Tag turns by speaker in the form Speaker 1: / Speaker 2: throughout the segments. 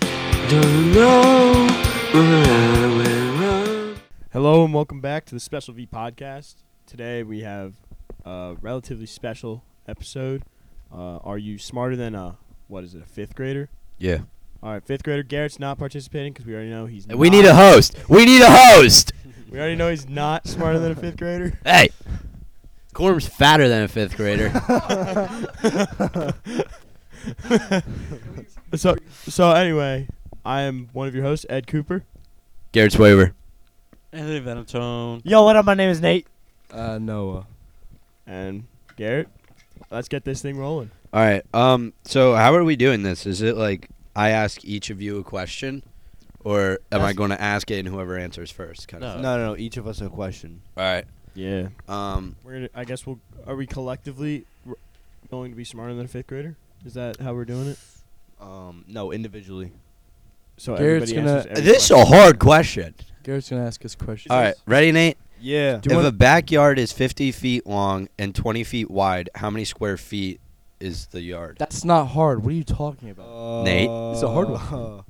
Speaker 1: Don't know where I went wrong.
Speaker 2: Hello and welcome back to the Special V podcast. Today we have a relatively special episode. Uh, are you smarter than a what is it? A fifth grader?
Speaker 3: Yeah.
Speaker 2: All right, fifth grader Garrett's not participating because we already know he's.
Speaker 3: We
Speaker 2: not-
Speaker 3: need a host. We need a host.
Speaker 2: We already know he's not smarter than a fifth grader.
Speaker 3: Hey, Corm's fatter than a fifth grader.
Speaker 2: so so anyway, I am one of your hosts, Ed Cooper.
Speaker 3: Garrett Swaver.
Speaker 4: Anthony Venatone.
Speaker 5: Yo, what up? My name is Nate.
Speaker 6: Uh, Noah.
Speaker 2: And Garrett, let's get this thing rolling.
Speaker 3: All right. Um. So how are we doing this? Is it like I ask each of you a question, or am I
Speaker 6: That's-
Speaker 3: going to ask it and whoever answers first? Kind
Speaker 4: No.
Speaker 3: of.
Speaker 6: No, no, no. Each of us a question.
Speaker 3: All right.
Speaker 2: Yeah,
Speaker 3: Um.
Speaker 2: we're gonna. I guess we'll. Are we collectively r- going to be smarter than a fifth grader? Is that how we're doing it?
Speaker 6: Um, no, individually.
Speaker 2: So
Speaker 6: Garrett's
Speaker 2: everybody
Speaker 6: gonna-
Speaker 2: answers every
Speaker 3: This is a
Speaker 2: question.
Speaker 3: hard question.
Speaker 6: Garrett's gonna ask us questions.
Speaker 3: All right. Ready, Nate?
Speaker 6: Yeah.
Speaker 3: if a backyard is 50 feet long and 20 feet wide, how many square feet is the yard?
Speaker 7: That's not hard. What are you talking about?
Speaker 2: Uh,
Speaker 3: Nate?
Speaker 7: It's a hard one.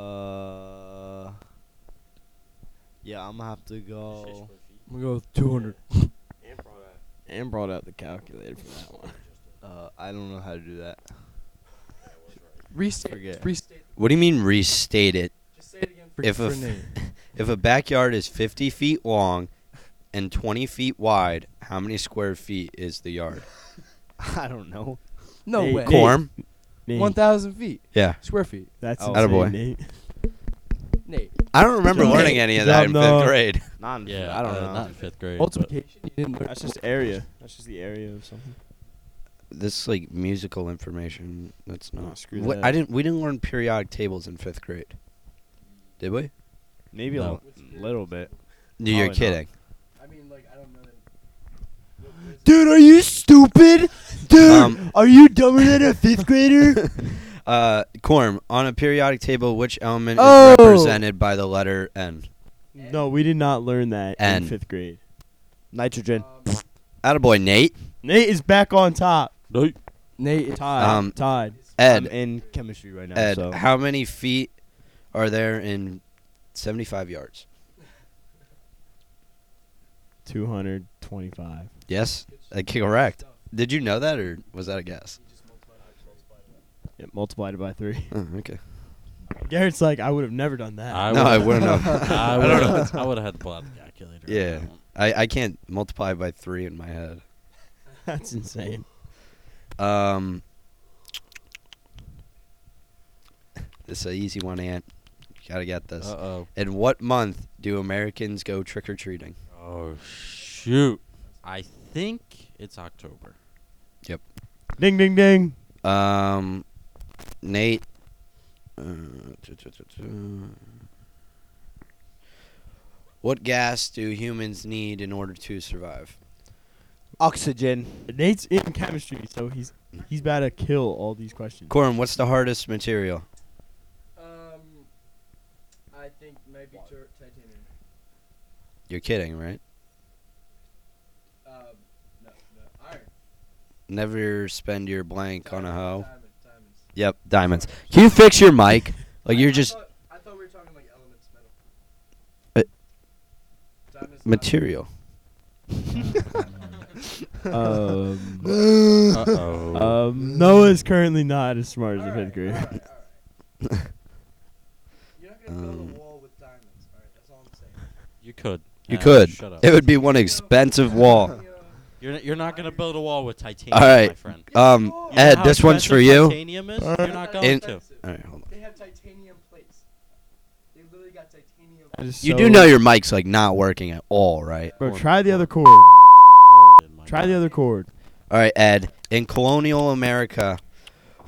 Speaker 6: Uh, yeah, I'm gonna have to go.
Speaker 7: I'm gonna go with 200.
Speaker 2: And brought out the calculator for that one.
Speaker 6: Uh, I don't know how to do that.
Speaker 7: Restate.
Speaker 6: Forget.
Speaker 7: Restate.
Speaker 3: What do you mean restate it?
Speaker 7: Just say it again for,
Speaker 3: If a
Speaker 7: for
Speaker 3: f-
Speaker 7: Nate.
Speaker 3: If a backyard is 50 feet long and 20 feet wide, how many square feet is the yard?
Speaker 6: I don't know.
Speaker 7: No
Speaker 2: Nate.
Speaker 7: way.
Speaker 2: Cool.
Speaker 3: Corm?
Speaker 2: Nate,
Speaker 7: 1,000 feet.
Speaker 3: Yeah.
Speaker 7: Square feet.
Speaker 2: that's
Speaker 6: Oh.
Speaker 2: insane,
Speaker 3: Attaboy.
Speaker 2: Nate.
Speaker 7: Nate.
Speaker 3: I don't remember
Speaker 2: Dumb.
Speaker 3: learning any of that in
Speaker 2: Dumb
Speaker 3: fifth
Speaker 2: dog.
Speaker 3: grade.
Speaker 6: Not. in-
Speaker 4: Yeah,
Speaker 6: I don't
Speaker 4: uh,
Speaker 6: know.
Speaker 4: Not in fifth grade. but-
Speaker 7: Multiplication. You didn't learn.
Speaker 2: That's just area. That's just the area of something.
Speaker 3: This like musical information. That's not.
Speaker 2: Oh, screw
Speaker 3: What-
Speaker 2: that.
Speaker 3: I didn't. We didn't learn periodic tables in fifth grade, did we?
Speaker 6: Maybe a
Speaker 4: No.
Speaker 6: l- little bit.
Speaker 3: No, you're
Speaker 6: Probably not.
Speaker 3: kidding.
Speaker 7: I mean, like, I don't know.
Speaker 5: Dude, are you stupid? Dude,
Speaker 3: Um,
Speaker 5: are you dumber than a fifth grader?
Speaker 3: Uh, Corm, on a periodic table, which element
Speaker 5: Oh.
Speaker 3: is represented by the letter N?
Speaker 2: No, we did not learn that
Speaker 3: And-
Speaker 2: in fifth grade.
Speaker 6: Nitrogen.
Speaker 7: Um,
Speaker 3: Attaboy, Nate.
Speaker 2: Nate is back on top.
Speaker 4: Nope.
Speaker 7: Nate. it's-
Speaker 2: Tied.
Speaker 3: Um,
Speaker 2: tied.
Speaker 3: Ed,
Speaker 6: I'm in chemistry right now.
Speaker 3: Ed,
Speaker 6: so.
Speaker 3: how many feet are there in 75 yards?
Speaker 2: 225.
Speaker 3: Yes, uh, correct. Did you know that, or was that a guess?
Speaker 2: It multiplied it by three.
Speaker 3: Oh, okay.
Speaker 2: Garrett's like, I would have never done that.
Speaker 3: No, I wouldn't have.
Speaker 4: I
Speaker 3: I don't
Speaker 4: would. I would have had to pull out the calculator. on
Speaker 3: Yeah.
Speaker 4: that one.
Speaker 3: I, I can't multiply by three in my head.
Speaker 2: That's insane.
Speaker 3: Um, this is an easy one, Ant. Gotta get this.
Speaker 4: Uh-oh.
Speaker 3: In what month do Americans go trick or treating?
Speaker 4: Oh shoot. I think it's October.
Speaker 2: Ding, ding, ding.
Speaker 3: Um, Nate. Uh, tu- tu- tu- tu. What gas do humans need in order to survive?
Speaker 6: Oxygen.
Speaker 2: Nate's in chemistry, so he's he's about to kill all these questions.
Speaker 3: Corum, what's the hardest material?
Speaker 7: Um, I think maybe tur- titanium.
Speaker 3: You're kidding, right?
Speaker 7: Um, no, no. Iron.
Speaker 3: Never spend your blank on a hoe.
Speaker 7: Diamond, diamonds.
Speaker 3: Yep, diamonds. Can you fix your mic? Like
Speaker 7: I-
Speaker 3: you're
Speaker 7: I
Speaker 3: just
Speaker 7: thought- I thought we were talking like elements, metal.
Speaker 3: Uh,
Speaker 7: Diamonds,
Speaker 3: material.
Speaker 2: Um,
Speaker 4: Uh-oh.
Speaker 2: um, Noah's currently not as smart as a fifth grader.
Speaker 7: You're not
Speaker 3: gonna build a Um,
Speaker 7: wall with diamonds, alright? That's all I'm saying.
Speaker 4: you could.
Speaker 3: You
Speaker 4: Nah,
Speaker 3: could.
Speaker 4: Shut up.
Speaker 3: It would be one expensive wall.
Speaker 4: You're n- you're not gonna build a wall with titanium,
Speaker 3: All right.
Speaker 4: my friend.
Speaker 3: Um,
Speaker 4: You know
Speaker 3: Ed,
Speaker 4: how
Speaker 3: this one's
Speaker 4: expensive
Speaker 3: for you.
Speaker 4: Titanium is? You're not going
Speaker 3: And-
Speaker 4: to.
Speaker 3: All right, hold on.
Speaker 7: They have titanium plates. They literally got titanium.
Speaker 2: That is
Speaker 3: You
Speaker 2: so-
Speaker 3: do know your mic's like not working at all, right?
Speaker 2: Bro, try the other chord.
Speaker 4: Horrid, my
Speaker 2: Try
Speaker 4: God.
Speaker 2: the other chord.
Speaker 3: All right, Ed. In colonial America,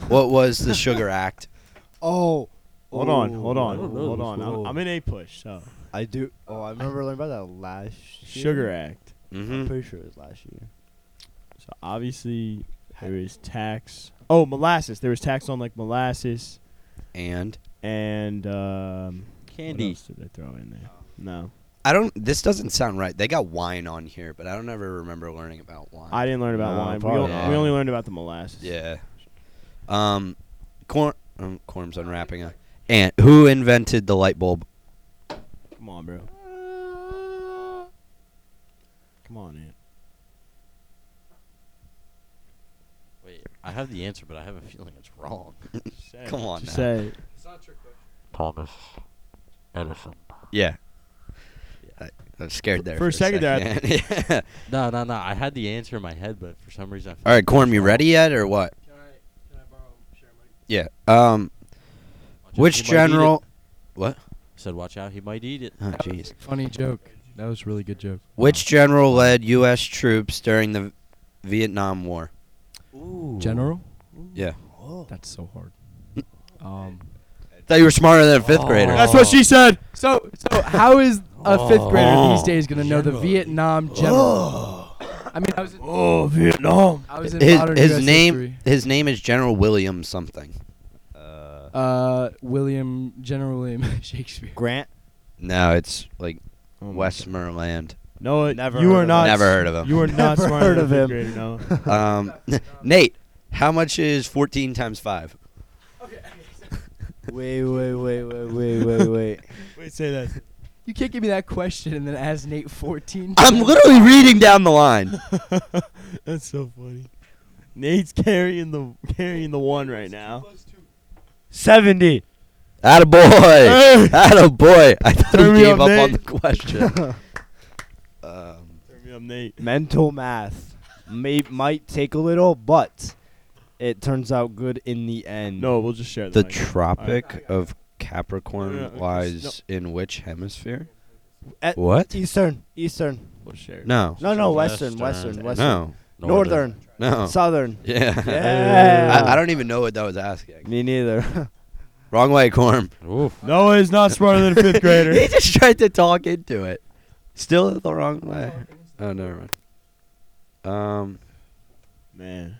Speaker 3: what was the Sugar Act?
Speaker 6: Oh.
Speaker 2: Hold on,
Speaker 6: Oh,
Speaker 2: hold on,
Speaker 6: I don't know
Speaker 2: hold
Speaker 6: this
Speaker 2: on. I'm,
Speaker 6: one.
Speaker 2: I'm in A push, so
Speaker 6: I do. Oh, I remember learning about that last year.
Speaker 2: Sugar Act.
Speaker 6: I'm
Speaker 3: Mm-hmm.
Speaker 6: pretty sure it was last year.
Speaker 2: So obviously there is tax. Oh, molasses. There was tax on like molasses
Speaker 3: And
Speaker 2: and um, What
Speaker 4: candy.
Speaker 2: else did I throw in there? No,
Speaker 3: I don't. This doesn't sound right. They got wine on here, but I don't ever remember learning about wine.
Speaker 2: I didn't learn about
Speaker 6: No,
Speaker 2: wine. We,
Speaker 6: probably
Speaker 2: o-
Speaker 3: not.
Speaker 2: we only learned about the molasses.
Speaker 3: Yeah. Um, corn. um, Corm's unwrapping a ant. Who invented the light bulb?
Speaker 2: Come on, bro. Come on, Ant.
Speaker 4: Wait, I have the answer, but I have a feeling it's wrong.
Speaker 2: Just say it.
Speaker 3: Come on
Speaker 2: Just
Speaker 3: now.
Speaker 2: say it.
Speaker 7: It's not a trick question.
Speaker 4: Thomas Edison.
Speaker 3: Yeah. I, I was scared there.
Speaker 2: For a second there,
Speaker 3: second. yeah.
Speaker 4: No, no, no. I had the answer in my head, but for some reason. I feel
Speaker 3: All right, Corm, you ready yet or what?
Speaker 7: Can I, can I borrow share money?
Speaker 3: Yeah. Um,
Speaker 4: Watch out,
Speaker 3: which
Speaker 4: he might eat it.
Speaker 3: general?
Speaker 4: Said, watch out, he might eat it.
Speaker 3: Oh, jeez.
Speaker 8: Funny joke. That was a really good joke.
Speaker 3: Which general led U.S. troops during the Vietnam War?
Speaker 8: Um, General?
Speaker 3: Yeah.
Speaker 8: That's so hard. Um. oh.
Speaker 3: thought you were smarter than a fifth grader.
Speaker 2: That's what she said.
Speaker 8: So, so how is a fifth grader
Speaker 3: Oh.
Speaker 8: these days gonna know the Vietnam
Speaker 6: Oh.
Speaker 8: general? I mean, I was.
Speaker 2: Oh, Vietnam.
Speaker 8: I was in
Speaker 3: his
Speaker 8: modern
Speaker 3: his
Speaker 8: US
Speaker 3: name
Speaker 8: history.
Speaker 3: his name is General William something.
Speaker 6: Uh,
Speaker 8: Uh, William General William Shakespeare.
Speaker 6: Grant.
Speaker 3: No, it's like Westmoreland.
Speaker 2: Oh No, it-
Speaker 6: Never
Speaker 2: you
Speaker 6: heard
Speaker 2: are
Speaker 6: of
Speaker 2: not.
Speaker 6: him.
Speaker 3: Never heard of him.
Speaker 2: You are not
Speaker 6: Never
Speaker 2: smart
Speaker 6: heard
Speaker 2: enough
Speaker 6: of
Speaker 2: to
Speaker 6: him.
Speaker 2: grade it, no.
Speaker 3: Um, Nate, how much is 14 times 5?
Speaker 6: Wait, wait, wait, wait, wait, wait, wait.
Speaker 2: Wait, say that.
Speaker 8: You can't give me that question and then ask Nate 14.
Speaker 3: I'm literally reading down the line.
Speaker 2: That's so funny. Nate's carrying the carrying the one right now.
Speaker 5: Seventy.
Speaker 3: Atta boy. Atta boy. I thought
Speaker 2: Turn me
Speaker 3: he
Speaker 2: up,
Speaker 3: gave up, on the
Speaker 2: Nate.
Speaker 3: question. um,
Speaker 2: Turn me up, Nate.
Speaker 6: Mental math may might take a little, but it turns out good in the end.
Speaker 2: No, we'll just share
Speaker 3: the
Speaker 2: mic.
Speaker 3: Tropic of
Speaker 2: No, no,
Speaker 3: Capricorn
Speaker 2: no,
Speaker 3: lies in which hemisphere?
Speaker 6: At-
Speaker 3: What?
Speaker 6: Eastern, Eastern.
Speaker 2: We'll share.
Speaker 3: No.
Speaker 6: No, no, Western, Western,
Speaker 4: Western.
Speaker 6: Western.
Speaker 3: No.
Speaker 6: Northern,
Speaker 3: No.
Speaker 6: Southern.
Speaker 3: Yeah.
Speaker 6: Yeah.
Speaker 3: I, I don't even know what that was asking.
Speaker 6: Me neither.
Speaker 3: Wrong way, Corm.
Speaker 4: Oof.
Speaker 2: Noah is not smarter than a fifth
Speaker 3: he
Speaker 2: grader.
Speaker 3: just tried to talk into it. Still the wrong way. Oh, never mind. Um,
Speaker 2: Man,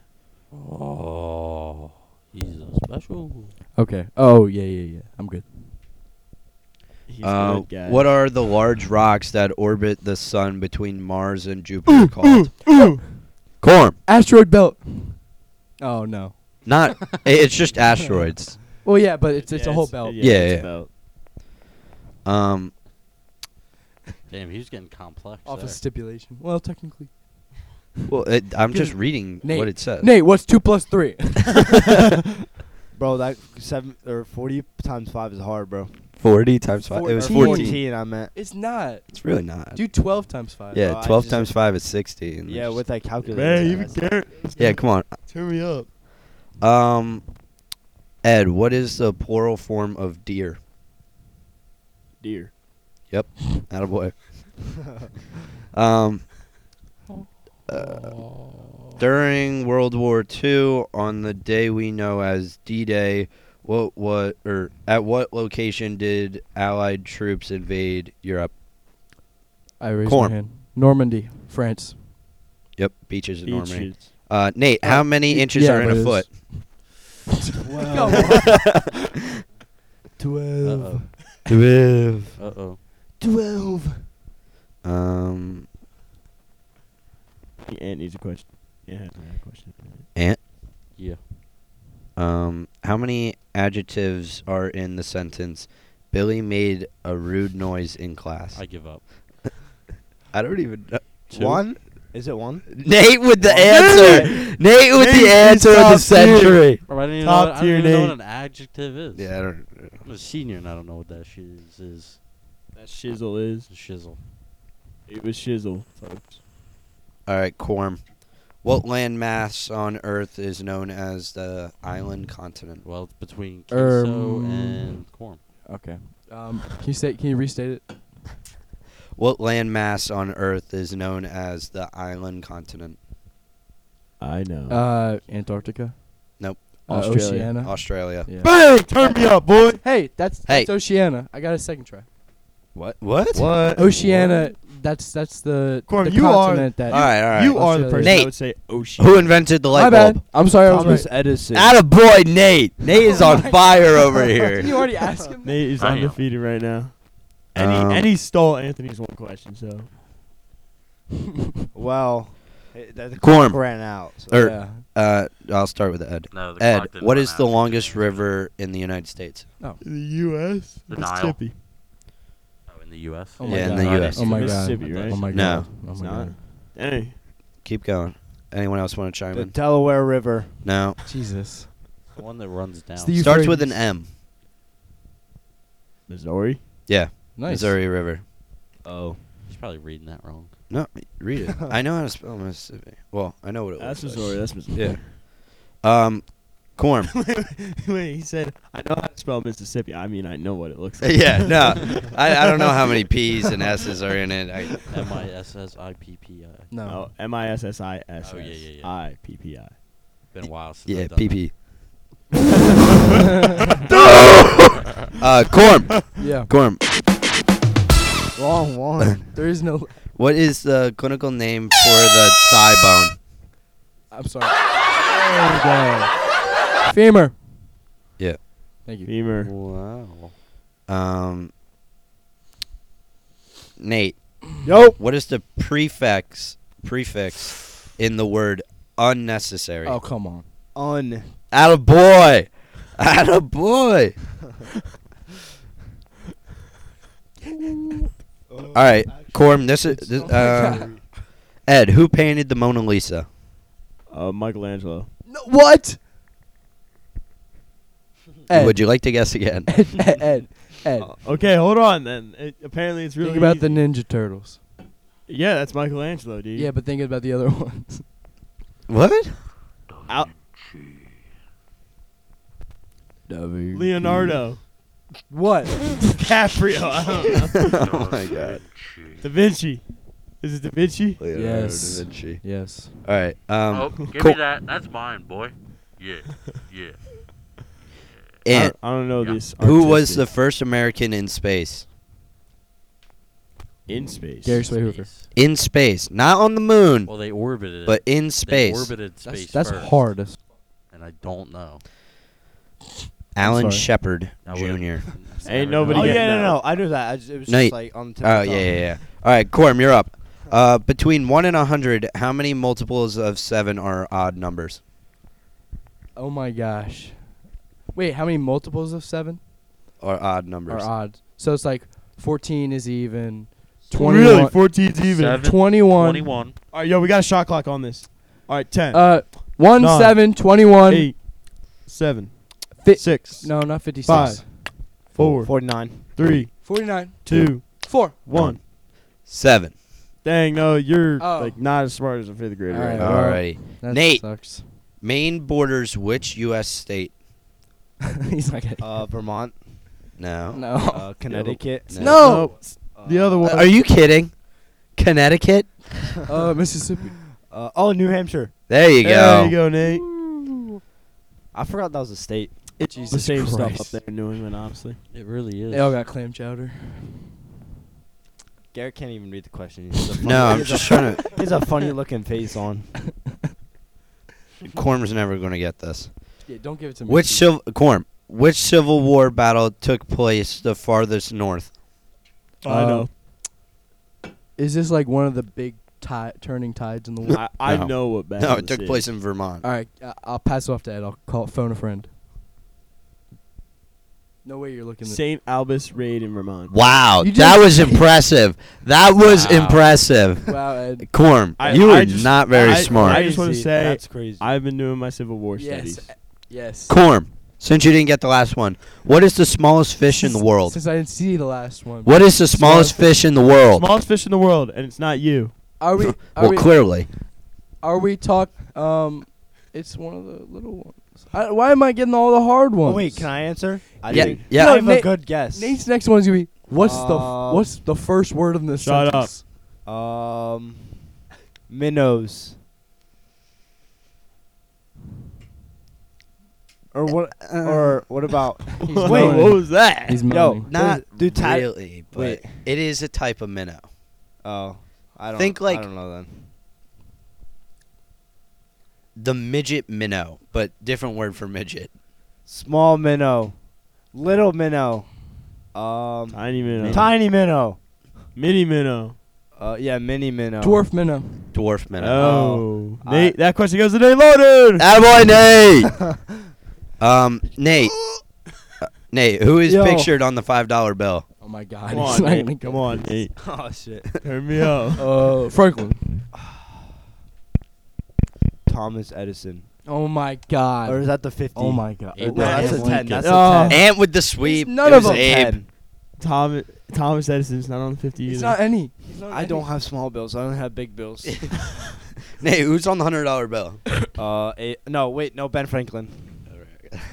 Speaker 4: Oh, he's a special.
Speaker 8: Okay. Oh yeah yeah yeah. I'm good.
Speaker 2: he's
Speaker 3: uh,
Speaker 2: good, guys.
Speaker 3: what are the large rocks that orbit the sun between Mars and Jupiter called? Corm.
Speaker 8: Asteroid belt. Oh no.
Speaker 3: Not. i- it's just asteroids.
Speaker 8: Well yeah, but it's it's
Speaker 2: Yeah,
Speaker 8: a whole belt.
Speaker 3: Yeah,
Speaker 2: it's
Speaker 3: yeah.
Speaker 2: a belt.
Speaker 3: Um,
Speaker 4: Damn, he's getting complex.
Speaker 8: Off
Speaker 4: there.
Speaker 8: a stipulation. Well, technically.
Speaker 3: well, it, I'm
Speaker 8: Give
Speaker 3: just
Speaker 8: it-
Speaker 3: reading
Speaker 8: Nate,
Speaker 3: what it says.
Speaker 8: Nate, what's two plus three?
Speaker 6: bro, that seven or forty times five is hard, bro.
Speaker 3: 40 times 5. It was 14.
Speaker 8: 14.
Speaker 6: I meant.
Speaker 8: it's not.
Speaker 3: It's really not.
Speaker 8: Do twelve times five.
Speaker 3: yeah,
Speaker 6: Oh, I
Speaker 3: 12
Speaker 6: just-
Speaker 3: times 5 is 60. and
Speaker 6: Yeah,
Speaker 3: there's-
Speaker 6: with that calculator.
Speaker 2: Man,
Speaker 6: it's
Speaker 2: even
Speaker 6: fast.
Speaker 2: Garrett,
Speaker 3: yeah, come on.
Speaker 2: turn me up.
Speaker 3: Um, Ed, what is the plural form of deer?
Speaker 2: Deer.
Speaker 3: Attaboy. um, uh, during World War II, on the day we know as D-Day, what what or at what location did Allied troops invade Europe?
Speaker 8: I raised
Speaker 3: Corn.
Speaker 8: my hand. Normandy, France.
Speaker 3: Yep, beaches in Normandy.
Speaker 2: Peaches.
Speaker 3: Uh, Nate, how many inches
Speaker 8: yeah,
Speaker 3: are in
Speaker 8: but
Speaker 3: a
Speaker 8: it was-
Speaker 3: foot?
Speaker 8: Come on.
Speaker 4: Uh-oh.
Speaker 3: Twelve.
Speaker 4: Uh-oh.
Speaker 6: Twelve.
Speaker 3: Um,
Speaker 2: Ant needs a question. Yeah, I had a question.
Speaker 4: Yeah.
Speaker 3: um, how many adjectives are in the sentence? Billy made a rude noise in class.
Speaker 4: I give up.
Speaker 3: I don't even uh, know.
Speaker 4: Two?
Speaker 6: One? Is it one?
Speaker 3: Nate with the answer. Nate with
Speaker 2: Nate
Speaker 3: the
Speaker 2: is
Speaker 3: answer of the
Speaker 2: top tier.
Speaker 3: century.
Speaker 4: Bro, I don't even,
Speaker 2: Top
Speaker 4: know, what, I don't
Speaker 2: tier
Speaker 4: even know what
Speaker 2: Nate.
Speaker 4: an adjective is.
Speaker 3: Yeah, I don't.
Speaker 4: I'm a senior and I don't know what that shit is. is.
Speaker 2: That shizzle is.
Speaker 4: It's a shizzle.
Speaker 2: It was shizzle, folks.
Speaker 3: All right, Corm. What landmass on Earth is known as the island continent?
Speaker 4: Well, it's between queso
Speaker 8: Um,
Speaker 4: and corn.
Speaker 8: okay. Um, can you say? Can you restate it?
Speaker 3: What landmass on Earth is known as the island continent?
Speaker 2: I know.
Speaker 8: Uh, Antarctica.
Speaker 3: Nope.
Speaker 8: Uh,
Speaker 2: Australia.
Speaker 8: Oceania.
Speaker 3: Australia.
Speaker 8: Yeah.
Speaker 2: Bang! Turn me up, boy.
Speaker 8: Hey, that's,
Speaker 3: Hey.
Speaker 8: that's Oceania. I got a second try.
Speaker 3: What? What?
Speaker 2: What?
Speaker 8: Oceania. That's that's the,
Speaker 2: Corn,
Speaker 8: the
Speaker 2: you are-
Speaker 8: continent that.
Speaker 3: All right, all right.
Speaker 2: You are the
Speaker 8: Australia.
Speaker 2: person
Speaker 3: Nate.
Speaker 2: that would say ocean.
Speaker 3: Who invented the light
Speaker 8: My bad.
Speaker 3: bulb?
Speaker 8: I'm sorry. I was
Speaker 6: Thomas
Speaker 8: right.
Speaker 6: Edison.
Speaker 3: Atta boy, Nate. Nate is on fire over
Speaker 8: Didn't
Speaker 3: here.
Speaker 8: you already ask him? that?
Speaker 2: Nate is
Speaker 4: I am.
Speaker 2: undefeated right now. And
Speaker 3: Um,
Speaker 2: he and he stole Anthony's one question, so
Speaker 6: Well, Hey, The the
Speaker 3: Quorum.
Speaker 6: clock ran out. so-
Speaker 3: Er,
Speaker 6: yeah.
Speaker 3: Uh, I'll start with Ed.
Speaker 4: No, the
Speaker 3: Ed,
Speaker 4: clock didn't
Speaker 3: what
Speaker 4: run
Speaker 3: is the
Speaker 4: out.
Speaker 3: longest river in the United States?
Speaker 8: Oh.
Speaker 2: In the U.S.
Speaker 4: The
Speaker 2: Mississippi.
Speaker 4: Oh, in the U.S.
Speaker 8: Oh my
Speaker 3: Yeah, in
Speaker 8: god.
Speaker 3: the US.
Speaker 8: Oh my
Speaker 2: Mississippi,
Speaker 8: god.
Speaker 2: right?
Speaker 8: Oh my
Speaker 3: No.
Speaker 8: god. Oh
Speaker 2: It's
Speaker 8: my
Speaker 2: not.
Speaker 8: god.
Speaker 2: Hey,
Speaker 3: Keep going. Anyone else want to chime
Speaker 6: The
Speaker 3: in?
Speaker 6: Delaware River.
Speaker 3: No.
Speaker 8: Jesus.
Speaker 4: The one that runs down.
Speaker 8: Steve-
Speaker 3: Starts
Speaker 8: Euphrates.
Speaker 3: with an M.
Speaker 2: Missouri.
Speaker 3: Yeah.
Speaker 8: Nice.
Speaker 3: Missouri River.
Speaker 2: Oh,
Speaker 4: He's probably reading that wrong.
Speaker 3: No, read it. I know how to spell Mississippi. Well, I know what it
Speaker 2: that's
Speaker 3: was.
Speaker 2: Missouri. That's Missouri.
Speaker 3: Yeah. Um, Corm.
Speaker 2: Wait, he said, "I know how to spell Mississippi." I mean, I know what it looks like.
Speaker 3: yeah, no. I, I don't know how many P's and S's are in it. I,
Speaker 4: M I S S I P P I.
Speaker 8: No.
Speaker 2: Oh, M I S S I S
Speaker 4: Oh, yeah, yeah,
Speaker 2: S
Speaker 4: yeah.
Speaker 2: I P P I.
Speaker 4: Been a while since
Speaker 3: yeah,
Speaker 4: I've done that.
Speaker 3: PP. Uh, Corm.
Speaker 8: yeah.
Speaker 3: Corm.
Speaker 6: Wrong one.
Speaker 8: There is no.
Speaker 3: What is the clinical name for the thigh bone?
Speaker 8: I'm sorry. Femur.
Speaker 3: Yeah.
Speaker 8: Thank you.
Speaker 2: Femur.
Speaker 4: Wow.
Speaker 3: Um, Nate,
Speaker 6: Yo.
Speaker 3: what is the prefix prefix in the word unnecessary?
Speaker 8: Oh come on.
Speaker 6: Un.
Speaker 3: Out of boy, out of boy. All right, Corm. This is
Speaker 8: Oh
Speaker 3: this, uh, Ed. Who painted the Mona Lisa?
Speaker 2: Uh, Michelangelo.
Speaker 8: No, what? Ed.
Speaker 3: Would you like to guess again?
Speaker 8: Ed. Ed. Ed. Ed.
Speaker 2: Okay, hold on. Then it, apparently it's Uh, really
Speaker 8: Think about the
Speaker 2: easy.
Speaker 8: Ninja Turtles.
Speaker 2: Yeah, that's Michelangelo, dude.
Speaker 8: Yeah, but think about the other ones.
Speaker 3: what?
Speaker 2: Out- Leonardo,
Speaker 8: What?
Speaker 2: DiCaprio. I don't know.
Speaker 3: oh my God.
Speaker 2: Da Vinci. Is it Da Vinci?
Speaker 3: Leonardo
Speaker 8: Yes.
Speaker 3: da Vinci.
Speaker 8: Yes.
Speaker 3: All right. Um,
Speaker 4: Oh, give
Speaker 3: Cor-
Speaker 4: that. That's mine, boy. Yeah. Yeah.
Speaker 2: I
Speaker 3: Ant,
Speaker 2: don't, I don't know this.
Speaker 3: who was the
Speaker 2: artistic-
Speaker 3: first American in space?
Speaker 2: in space?
Speaker 8: Gary Sway Hoover.
Speaker 3: In space, not on the moon,
Speaker 4: Well, they orbited it.
Speaker 3: but in
Speaker 4: They
Speaker 3: space.
Speaker 4: orbited
Speaker 8: That's,
Speaker 4: space.
Speaker 8: that's
Speaker 4: first,
Speaker 8: hard. That's-
Speaker 4: And I don't know.
Speaker 3: Alan
Speaker 8: sorry.
Speaker 3: Shepard
Speaker 4: I would've-
Speaker 3: Jr.
Speaker 4: I've
Speaker 2: Ain't
Speaker 4: never
Speaker 2: nobody
Speaker 6: Oh
Speaker 4: known.
Speaker 2: get-
Speaker 6: yeah,
Speaker 2: no.
Speaker 6: no, no, I knew that. I just, it was
Speaker 3: No,
Speaker 6: just
Speaker 3: y-
Speaker 6: like on the tip. of
Speaker 3: Oh yeah,
Speaker 6: my tongue.
Speaker 3: yeah, yeah. All right, Corm, you're up. Uh, between one and a hundred, how many multiples of seven are odd numbers?
Speaker 8: Oh my gosh. Wait, how many multiples of seven
Speaker 3: Or odd
Speaker 8: are
Speaker 3: numbers?
Speaker 8: odd? So it's like 14 is even. 21.
Speaker 2: Really, 14's even.
Speaker 4: Seven.
Speaker 8: 21.
Speaker 4: 21.
Speaker 2: All right, yo, we got a shot clock on this. All right, ten.
Speaker 8: Uh, 1,
Speaker 2: Nine.
Speaker 8: 7, 21.
Speaker 2: eight, seven,
Speaker 8: Fi-
Speaker 2: six,
Speaker 8: No, not 56.
Speaker 2: Five. four,
Speaker 6: Forty-nine.
Speaker 2: three,
Speaker 8: 49.
Speaker 2: two,
Speaker 8: 4.
Speaker 2: one.
Speaker 3: Seven.
Speaker 2: Dang, no, you're
Speaker 8: Oh.
Speaker 2: like not as smart as a fifth grader.
Speaker 8: All
Speaker 2: right
Speaker 8: right.
Speaker 2: now.
Speaker 8: well-
Speaker 3: Alrighty.
Speaker 8: That
Speaker 3: Nate.
Speaker 8: sucks.
Speaker 3: Maine borders which U.S. state?
Speaker 8: He's not getting
Speaker 6: Uh, Vermont.
Speaker 3: No.
Speaker 8: No.
Speaker 6: Uh, Connecticut.
Speaker 3: No.
Speaker 8: no.
Speaker 2: The other one.
Speaker 3: Uh, are you kidding? Connecticut.
Speaker 8: Uh, Mississippi.
Speaker 6: Uh, oh, New Hampshire.
Speaker 3: There you
Speaker 2: There
Speaker 3: go.
Speaker 2: you go, Nate.
Speaker 6: I forgot that was a state.
Speaker 2: It's the
Speaker 8: Jesus
Speaker 2: same stuff up
Speaker 8: Christ.
Speaker 2: there in New England, obviously.
Speaker 4: It really is.
Speaker 8: They all got clam chowder.
Speaker 6: Garrett can't even read the question. He's a funny,
Speaker 3: No, I'm
Speaker 6: he's
Speaker 3: just
Speaker 6: a,
Speaker 3: trying to.
Speaker 6: He's a funny-looking face on.
Speaker 3: Corm's never going to get this.
Speaker 8: Yeah, don't give it to me.
Speaker 3: Which civil Corm? Which Civil War battle took place the farthest north?
Speaker 2: I know.
Speaker 8: Uh, Is this like one of the big ti- turning tides in the world?
Speaker 2: I, I
Speaker 3: No.
Speaker 2: know what battle.
Speaker 3: No, it
Speaker 2: this
Speaker 3: took
Speaker 2: is.
Speaker 3: place in Vermont.
Speaker 8: All right, I- I'll pass it off to Ed. I'll call phone a friend. No way you're looking.
Speaker 2: St. Albus raid in Vermont.
Speaker 3: Wow,
Speaker 8: You
Speaker 3: that
Speaker 8: just-
Speaker 3: was impressive. That was
Speaker 4: Wow.
Speaker 3: impressive.
Speaker 8: Th- wow, Ed.
Speaker 3: Corm,
Speaker 2: I-
Speaker 3: you
Speaker 2: I
Speaker 3: were
Speaker 2: just-
Speaker 3: not very
Speaker 2: I-
Speaker 3: smart.
Speaker 2: I just want to
Speaker 8: Crazy.
Speaker 2: say,
Speaker 6: That's crazy.
Speaker 2: I've been doing my Civil War
Speaker 8: Yes,
Speaker 2: studies.
Speaker 8: Ed- yes.
Speaker 3: Corm, since you didn't get the last one, what is the smallest fish in the
Speaker 8: Since-
Speaker 3: world?
Speaker 8: Since I didn't see the last one.
Speaker 3: What is the smallest
Speaker 8: Smallest
Speaker 3: fish in the world?
Speaker 2: Smallest fish in the world, and it's not you.
Speaker 8: Are we? Are
Speaker 3: Well,
Speaker 8: we?
Speaker 3: clearly.
Speaker 8: Are we talk? Um, it's one of the little ones. I, why am I getting all the hard
Speaker 6: Oh,
Speaker 8: ones?
Speaker 6: wait, can I answer? I
Speaker 3: Yeah,
Speaker 6: didn't-
Speaker 3: yeah.
Speaker 6: I
Speaker 8: No,
Speaker 6: have
Speaker 8: Nate-
Speaker 6: a good guess.
Speaker 8: Nate's next one's gonna be what's the f-
Speaker 6: Um,
Speaker 8: what's the first word in this
Speaker 2: Shut up.
Speaker 8: sentence?
Speaker 6: Um, minnows. Or what? or what about?
Speaker 8: He's
Speaker 6: Wait.
Speaker 8: moaning.
Speaker 2: what was that?
Speaker 8: He's
Speaker 6: No,
Speaker 8: moaning.
Speaker 3: Not
Speaker 6: uh, do ti-
Speaker 3: really, but
Speaker 6: wait.
Speaker 3: it is a type of minnow.
Speaker 6: Oh, I don't
Speaker 3: Think like-
Speaker 6: I don't know then.
Speaker 3: The midget minnow, but different word for midget.
Speaker 6: Small minnow, little minnow, um,
Speaker 2: Tiny minnow.
Speaker 6: tiny minnow,
Speaker 2: Mini minnow.
Speaker 6: uh, Uh, yeah, mini minnow.
Speaker 8: Dwarf minnow.
Speaker 3: Dwarf minnow. Ah.
Speaker 2: Oh,
Speaker 6: Oh.
Speaker 2: Nate,
Speaker 6: I-
Speaker 2: that question goes to Nate Loden.
Speaker 3: Attaboy, Nate. um, Nate. Uh, Nate, who is
Speaker 8: Yo.
Speaker 3: pictured on the five dollar bill?
Speaker 8: Oh my God.
Speaker 2: Come
Speaker 8: he's
Speaker 2: on,
Speaker 8: not gonna
Speaker 2: Nate.
Speaker 8: get
Speaker 2: Come on, Nate.
Speaker 6: Oh shit.
Speaker 2: Turn me up.
Speaker 8: it. Uh, Franklin.
Speaker 6: Thomas Edison.
Speaker 8: Oh my
Speaker 6: Or
Speaker 8: God.
Speaker 6: is that the fifty?
Speaker 8: Oh my God.
Speaker 4: Abe
Speaker 6: No, that's a
Speaker 4: Lincoln.
Speaker 6: ten. That's
Speaker 8: Oh.
Speaker 6: a ten.
Speaker 3: Ant with the sweep.
Speaker 8: none
Speaker 3: it
Speaker 8: of
Speaker 3: was
Speaker 8: them.
Speaker 3: Abe.
Speaker 6: Ten.
Speaker 2: Tom, Thomas Edison's not on the 50 either.
Speaker 8: It's not any.
Speaker 6: I don't have small bills. I don't have big bills.
Speaker 3: Nate, who's on the hundred dollar bill?
Speaker 6: uh, a, no, wait, no, Ben Franklin.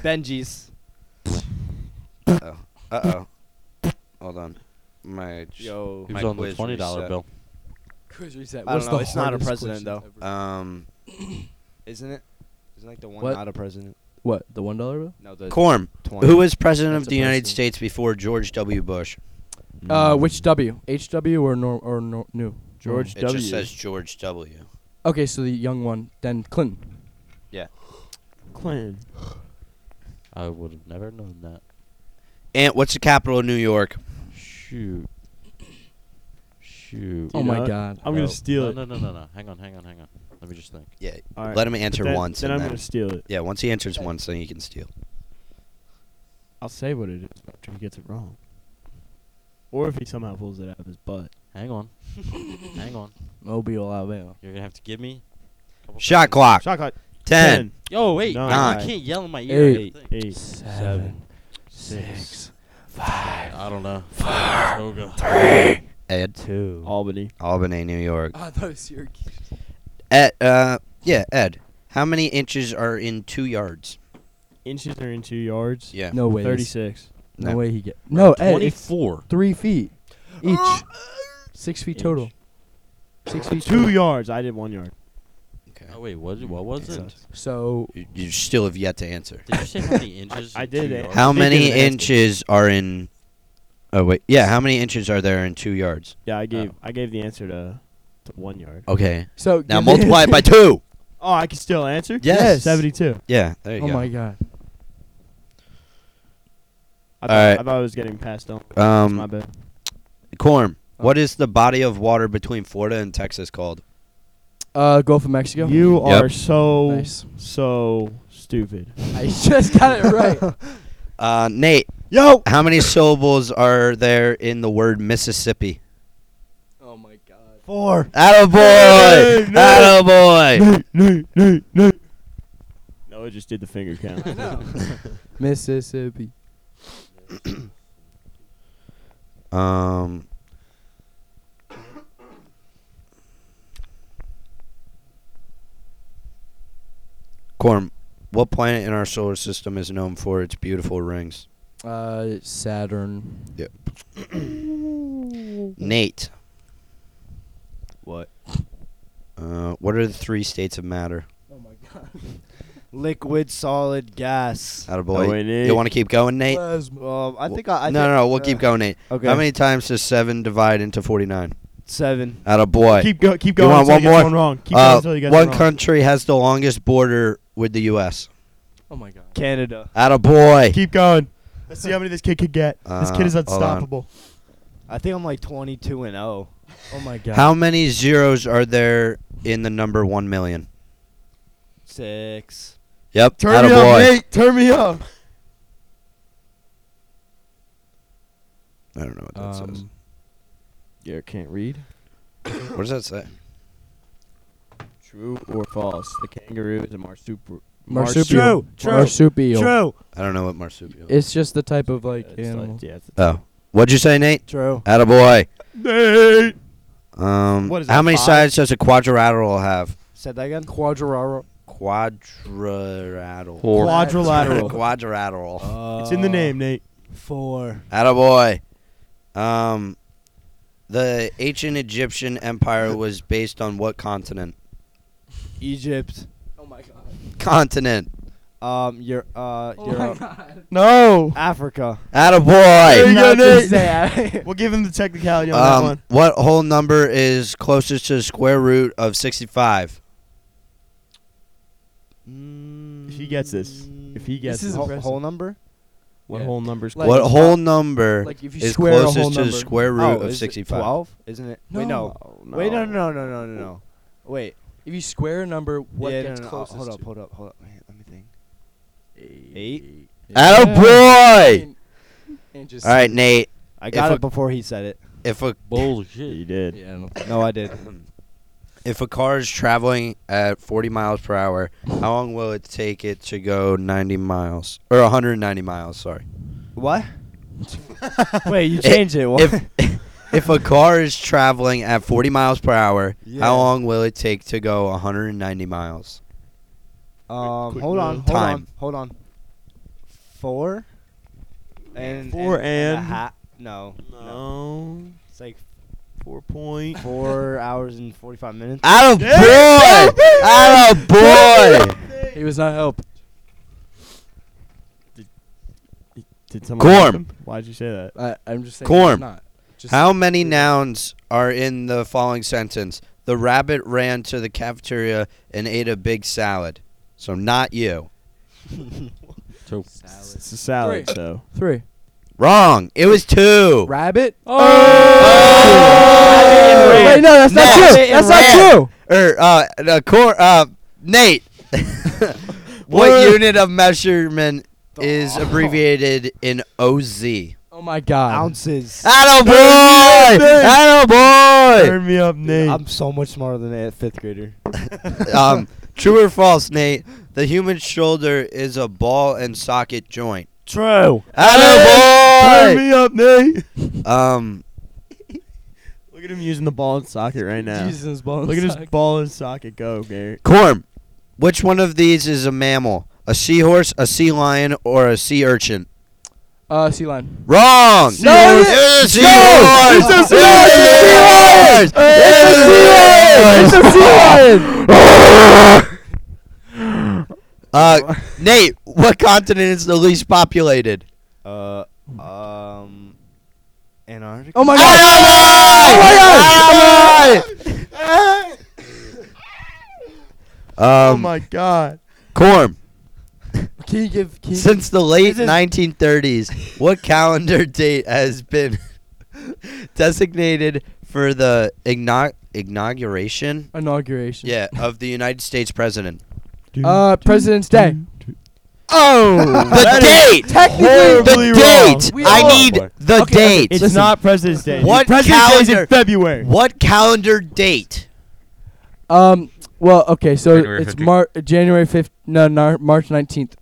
Speaker 6: Benji's.
Speaker 3: Uh oh. Hold on. My
Speaker 6: Yo.
Speaker 3: My
Speaker 4: Who's on the
Speaker 3: quiz
Speaker 4: twenty dollar
Speaker 3: reset.
Speaker 4: bill?
Speaker 8: Quiz reset.
Speaker 6: I
Speaker 8: What's
Speaker 6: don't know,
Speaker 8: the
Speaker 6: it's not a
Speaker 8: hardest
Speaker 6: president,
Speaker 8: question ever?
Speaker 3: um
Speaker 6: Isn't it? Isn't like the one
Speaker 8: What?
Speaker 6: not a president?
Speaker 8: what the one dollar bill?
Speaker 6: No, the
Speaker 3: Corm.
Speaker 6: 20.
Speaker 3: Who was president
Speaker 6: That's
Speaker 3: of
Speaker 6: a
Speaker 3: the United
Speaker 6: person.
Speaker 3: States before George W. Bush?
Speaker 8: Uh, which W? H W or nor or nor new?
Speaker 2: Mm. George
Speaker 3: It
Speaker 2: W.
Speaker 3: just says George W.
Speaker 8: Okay, so the young one, then Clinton.
Speaker 2: Clinton.
Speaker 4: I would have never known that.
Speaker 3: Ant, what's the capital of New York?
Speaker 4: Shoot. Shoot.
Speaker 8: Oh
Speaker 2: You know
Speaker 8: my
Speaker 2: what?
Speaker 8: God.
Speaker 2: I'm
Speaker 4: No.
Speaker 2: gonna steal
Speaker 4: no,
Speaker 2: it.
Speaker 4: No, no, no, no. Hang on, hang on, hang on. Let me just think.
Speaker 3: Yeah.
Speaker 2: All right.
Speaker 3: Let him answer
Speaker 2: then,
Speaker 3: once.
Speaker 2: Then
Speaker 3: and
Speaker 2: I'm gonna steal it.
Speaker 3: yeah, once he answers once, then he can steal.
Speaker 2: I'll say what it is after he gets it wrong. Or if he somehow pulls it out of his butt.
Speaker 4: Hang on. hang on.
Speaker 8: Mobile, Alabama.
Speaker 4: You're gonna have to give me. a couple
Speaker 3: Shot
Speaker 4: seconds.
Speaker 3: clock.
Speaker 2: Shot clock.
Speaker 3: Ten.
Speaker 4: Yo, wait.
Speaker 2: Nine.
Speaker 4: You can't yell in my ear.
Speaker 8: Eight.
Speaker 4: I think.
Speaker 2: Eight.
Speaker 8: Seven,
Speaker 4: six, I don't know. Four.
Speaker 3: Ed.
Speaker 6: two?
Speaker 2: Albany.
Speaker 3: Albany, New York.
Speaker 8: I thought it was Syracuse.
Speaker 3: Ed. Uh. Yeah. Ed. How many inches are in two yards?
Speaker 2: Inches are in two yards.
Speaker 3: Yeah.
Speaker 8: No way. this-
Speaker 2: 36.
Speaker 8: No
Speaker 3: No.
Speaker 8: way he get. No, Ed, it's
Speaker 4: Twenty-four.
Speaker 8: three feet each. Six feet total. Six feet.
Speaker 2: Two
Speaker 8: total.
Speaker 2: yards. I did one yard.
Speaker 3: Okay.
Speaker 4: Oh wait, what? What was it?
Speaker 8: So
Speaker 3: You, you still have yet to answer.
Speaker 4: Did you say how many inches?
Speaker 2: I
Speaker 4: in
Speaker 2: did
Speaker 4: two
Speaker 2: it.
Speaker 4: yards?
Speaker 3: How
Speaker 2: Speaking
Speaker 3: many
Speaker 2: of asking.
Speaker 3: inches are in? Oh wait, yeah. How many inches are there in two yards?
Speaker 2: Yeah, I gave I gave the answer to, to one yard.
Speaker 3: Okay.
Speaker 8: so
Speaker 3: Now
Speaker 8: give me-
Speaker 3: multiply it by two.
Speaker 2: Oh, I can still answer.
Speaker 3: Yes.
Speaker 2: 72.
Speaker 3: Yeah. There you
Speaker 8: Oh
Speaker 3: go.
Speaker 8: my God.
Speaker 2: I
Speaker 3: All
Speaker 2: thought,
Speaker 3: right.
Speaker 2: I thought I was getting passed on.
Speaker 3: Um,
Speaker 2: My bad.
Speaker 3: Corm,
Speaker 8: Oh.
Speaker 3: what is the body of water between Florida and Texas called?
Speaker 8: Uh, Gulf of Mexico.
Speaker 2: You
Speaker 3: Yep.
Speaker 2: are so
Speaker 8: Nice.
Speaker 2: so stupid.
Speaker 8: I just got it right.
Speaker 3: Uh, Nate,
Speaker 2: Yo.
Speaker 3: how many syllables are there in the word Mississippi?
Speaker 8: oh my God.
Speaker 6: Four.
Speaker 3: Attaboy!
Speaker 2: Nate, Nate.
Speaker 3: Attaboy!
Speaker 2: No, I just did the finger count.
Speaker 8: Mississippi.
Speaker 3: Um. Corm, what planet in our solar system is known for its beautiful rings?
Speaker 8: Uh, Saturn.
Speaker 3: Nate,
Speaker 6: What?
Speaker 3: uh, what are the three states of matter?
Speaker 8: Oh my God.
Speaker 6: Liquid, solid, gas.
Speaker 3: Attaboy.
Speaker 2: Oh, wait, Nate.
Speaker 3: you want to keep going, Nate?
Speaker 8: Plasma.
Speaker 6: Um, I think I. I
Speaker 3: no,
Speaker 6: think,
Speaker 3: no, no, we'll
Speaker 6: uh,
Speaker 3: keep going, Nate.
Speaker 6: Okay.
Speaker 3: How many times does 7 divide into 49?
Speaker 6: Seven.
Speaker 3: Out of boy.
Speaker 2: keep go, keep going.
Speaker 3: want
Speaker 2: until
Speaker 3: one
Speaker 2: you
Speaker 3: more?
Speaker 2: Get one wrong. Keep going
Speaker 3: Uh,
Speaker 2: until you get
Speaker 3: one
Speaker 2: wrong.
Speaker 3: country has the longest border with the U.S.
Speaker 8: Oh my God.
Speaker 6: Canada.
Speaker 3: Out of boy.
Speaker 2: keep going. Let's see how many this kid could get. this kid is
Speaker 3: Uh, hold on.
Speaker 2: unstoppable.
Speaker 6: I think I'm like 22 and 0.
Speaker 8: Oh my God.
Speaker 3: How many zeros are there in the number 1 million?
Speaker 6: Six.
Speaker 3: Yep.
Speaker 2: Turn
Speaker 3: out
Speaker 2: me
Speaker 3: of
Speaker 2: up,
Speaker 3: boy.
Speaker 2: Nate. Turn me up.
Speaker 3: I don't know what that says.
Speaker 8: Um,
Speaker 2: Garrett can't read. Um,
Speaker 3: What does that say?
Speaker 2: True or false? The kangaroo is a marsupial.
Speaker 8: marsupial.
Speaker 6: True, true,
Speaker 8: Marsupial.
Speaker 6: True.
Speaker 3: I don't know what marsupial. is.
Speaker 8: It's just the type of like
Speaker 2: It's
Speaker 8: animal.
Speaker 2: like- uh, yeah, it's-
Speaker 3: oh. What'd you say, Nate?
Speaker 6: True.
Speaker 3: Out of boy.
Speaker 2: Nate.
Speaker 3: Um,
Speaker 2: What is
Speaker 3: how
Speaker 2: that,
Speaker 3: many
Speaker 2: five?
Speaker 3: sides does a quadrilateral have?
Speaker 6: Said that again.
Speaker 8: Quadraro.
Speaker 3: Quadrilateral.
Speaker 2: Quadrilateral.
Speaker 3: quadrilateral.
Speaker 2: it's in the name, Nate.
Speaker 6: Uh, Four.
Speaker 3: Attaboy. Um, the ancient Egyptian empire was based on what continent?
Speaker 6: Egypt.
Speaker 8: Oh my God.
Speaker 3: Continent.
Speaker 6: Um, your uh,
Speaker 8: Oh
Speaker 6: your
Speaker 8: my God.
Speaker 2: No.
Speaker 6: Africa.
Speaker 2: There
Speaker 3: Attaboy.
Speaker 2: you go, Nate.
Speaker 8: Nate.
Speaker 2: We'll give him the technicality on that
Speaker 3: Um,
Speaker 2: one.
Speaker 3: what whole number is closest to the square root of 65?
Speaker 2: If he gets this, if he gets
Speaker 8: This
Speaker 2: this,
Speaker 8: is a-
Speaker 6: Whole,
Speaker 8: impressive.
Speaker 6: whole number.
Speaker 2: What
Speaker 8: Yeah.
Speaker 2: whole numbers?
Speaker 8: Like-
Speaker 3: what whole number
Speaker 8: Like if you
Speaker 3: is
Speaker 8: square a
Speaker 3: closest
Speaker 8: whole
Speaker 3: to
Speaker 8: number.
Speaker 3: the square root
Speaker 6: Oh,
Speaker 3: of
Speaker 6: is it
Speaker 3: 65?
Speaker 6: 12? Isn't it? Wait, no. Wait, no, no, no, no, no, no. Wait.
Speaker 8: If you square a number, what
Speaker 6: yeah,
Speaker 8: gets
Speaker 6: no, no, no.
Speaker 8: closest
Speaker 6: Hold up,
Speaker 8: to?
Speaker 6: hold up, hold up. Wait, let me think.
Speaker 4: Eight.
Speaker 3: Attaboy!
Speaker 8: And, and just
Speaker 3: All right, Nate.
Speaker 6: I got
Speaker 3: a-
Speaker 6: it before he said it.
Speaker 3: If a
Speaker 2: You
Speaker 4: Bullshit.
Speaker 2: did.
Speaker 8: Yeah, I don't
Speaker 6: No, I did.
Speaker 3: if a car is traveling at 40 miles per hour, how long will it take it to go 90 miles or 190 miles? Sorry.
Speaker 6: what? Wait, you changed it. What? Um,
Speaker 3: If if a car is traveling at 40 miles per hour,
Speaker 6: Yeah.
Speaker 3: how long will it take to go 190 miles?
Speaker 6: um,
Speaker 2: quick
Speaker 6: hold on,
Speaker 2: little
Speaker 6: hold
Speaker 3: time.
Speaker 6: on, hold on. Four. And
Speaker 2: Four
Speaker 6: a
Speaker 2: and-
Speaker 6: ha- no, no.
Speaker 2: No.
Speaker 6: It's like
Speaker 2: Four point.
Speaker 6: four hours and forty-five minutes.
Speaker 3: Out of boy! Out of boy!
Speaker 8: know. He was not help.
Speaker 2: Did someone miss
Speaker 3: Gorm.
Speaker 2: him? Why'd you say that?
Speaker 8: I, I'm just saying.
Speaker 3: Corn.
Speaker 8: It's not. Just
Speaker 3: How many nouns are in the following sentence? The rabbit ran to the cafeteria and ate a big salad. So not you.
Speaker 4: So
Speaker 2: It's a salad,
Speaker 8: Three.
Speaker 2: so.
Speaker 8: Three.
Speaker 3: Wrong. It was two.
Speaker 8: Rabbit. Oh.
Speaker 3: Oh!
Speaker 8: Wait, no, that's not
Speaker 3: Rabbit
Speaker 8: true.
Speaker 3: and
Speaker 8: That's not
Speaker 3: rat.
Speaker 8: true.
Speaker 3: Or uh, the cor- uh, Nate. what
Speaker 2: Word.
Speaker 3: unit of measurement is abbreviated in OZ?
Speaker 8: Oh my God.
Speaker 6: Ounces.
Speaker 3: Atta boy! Atta
Speaker 2: Turn me up,
Speaker 6: Dude,
Speaker 2: Nate.
Speaker 6: I'm so much smarter than a fifth grader.
Speaker 3: boy! um, true or false, Nate? The human shoulder is a ball and socket joint.
Speaker 5: True.
Speaker 2: Turn
Speaker 3: Atta
Speaker 2: me up, Nate.
Speaker 3: boy! Um,
Speaker 2: Look at him using the ball and socket right now.
Speaker 8: Jesus bones.
Speaker 2: Look at his
Speaker 8: suck.
Speaker 2: ball and socket go, Garrett.
Speaker 3: Corm, which one of these is a mammal? A seahorse, a sea lion, or a sea urchin?
Speaker 8: Uh, sea lion.
Speaker 3: Wrong.
Speaker 2: No, it-
Speaker 3: it's a
Speaker 2: no,
Speaker 3: seahorse.
Speaker 2: it's a seahorse.
Speaker 3: It's a seahorse. It's a Uh, Nate, what continent is the least populated?
Speaker 6: Uh, um, Antarctica.
Speaker 8: Oh my God.
Speaker 3: Oh
Speaker 2: oh
Speaker 3: Um,
Speaker 2: my God.
Speaker 3: Corm.
Speaker 8: Can you give? Can you
Speaker 3: Since the late
Speaker 8: This is-
Speaker 3: 1930s, what calendar date has been designated for the igno- inauguration?
Speaker 8: inauguration.
Speaker 3: Yeah, of the United States president.
Speaker 8: Uh, President's Day.
Speaker 3: Oh, the
Speaker 2: that is
Speaker 3: date.
Speaker 8: Technically,
Speaker 2: horribly
Speaker 3: The
Speaker 2: wrong.
Speaker 3: date.
Speaker 8: We
Speaker 3: I
Speaker 8: all-
Speaker 3: need the
Speaker 8: Okay, okay,
Speaker 3: date.
Speaker 2: It's
Speaker 8: Listen.
Speaker 2: not President's Day.
Speaker 3: What
Speaker 2: President's Day is in
Speaker 3: calendar-
Speaker 2: February.
Speaker 3: What calendar date?
Speaker 8: Um. Well, okay. So
Speaker 4: January
Speaker 8: it's
Speaker 4: 15th.
Speaker 8: Mar- January fifth. No, no, March nineteenth.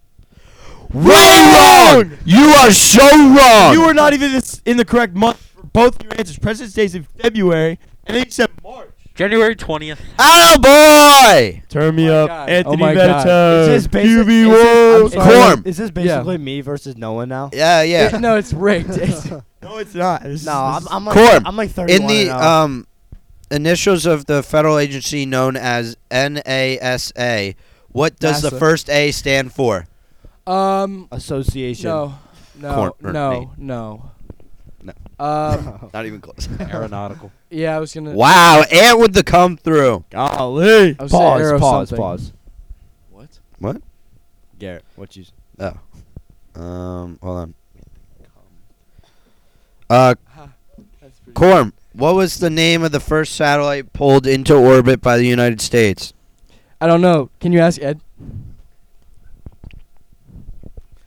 Speaker 3: Way wrong. You are so wrong.
Speaker 2: You were not even this in the correct month for both your answers. President's Day is in February, and then you said March.
Speaker 4: January 20th.
Speaker 3: Oh boy.
Speaker 2: Turn me
Speaker 8: my
Speaker 2: up,
Speaker 8: God.
Speaker 2: Anthony
Speaker 8: Oh my God.
Speaker 2: Benatar,
Speaker 6: It's just basic-
Speaker 2: QB
Speaker 6: it's
Speaker 2: Wolves.
Speaker 6: just- I'm sorry,
Speaker 3: Corm.
Speaker 6: Is this basically me versus no one now?
Speaker 3: Yeah, yeah.
Speaker 8: no, it's rigged. It's-
Speaker 2: No, it's not. This is-
Speaker 6: No, I'm,
Speaker 2: this
Speaker 6: I'm like
Speaker 3: Corm,
Speaker 6: I'm like 31
Speaker 3: In the
Speaker 6: and
Speaker 2: uh,
Speaker 6: oh.
Speaker 3: um, initials of the federal agency known as NASA, what does the
Speaker 8: NASA.
Speaker 3: first A stand for?
Speaker 8: um.
Speaker 6: association.
Speaker 8: No. No.
Speaker 3: Corn- or
Speaker 8: no. No.
Speaker 3: No.
Speaker 8: Um.
Speaker 3: Not even close.
Speaker 4: Aeronautical.
Speaker 8: yeah, I was gonna.
Speaker 3: wow, Ant with the come through.
Speaker 2: golly.
Speaker 8: I was gonna say
Speaker 6: Pause.
Speaker 8: arrow
Speaker 6: Pause.
Speaker 8: something.
Speaker 6: Pause.
Speaker 4: What?
Speaker 6: Garrett, what you? s-
Speaker 3: Oh. Um, hold on. Uh,
Speaker 2: Ah,
Speaker 8: That's pretty-
Speaker 3: Corm, what was the name of the first satellite pulled into orbit by the United States?
Speaker 8: I don't know. Can you ask Ed?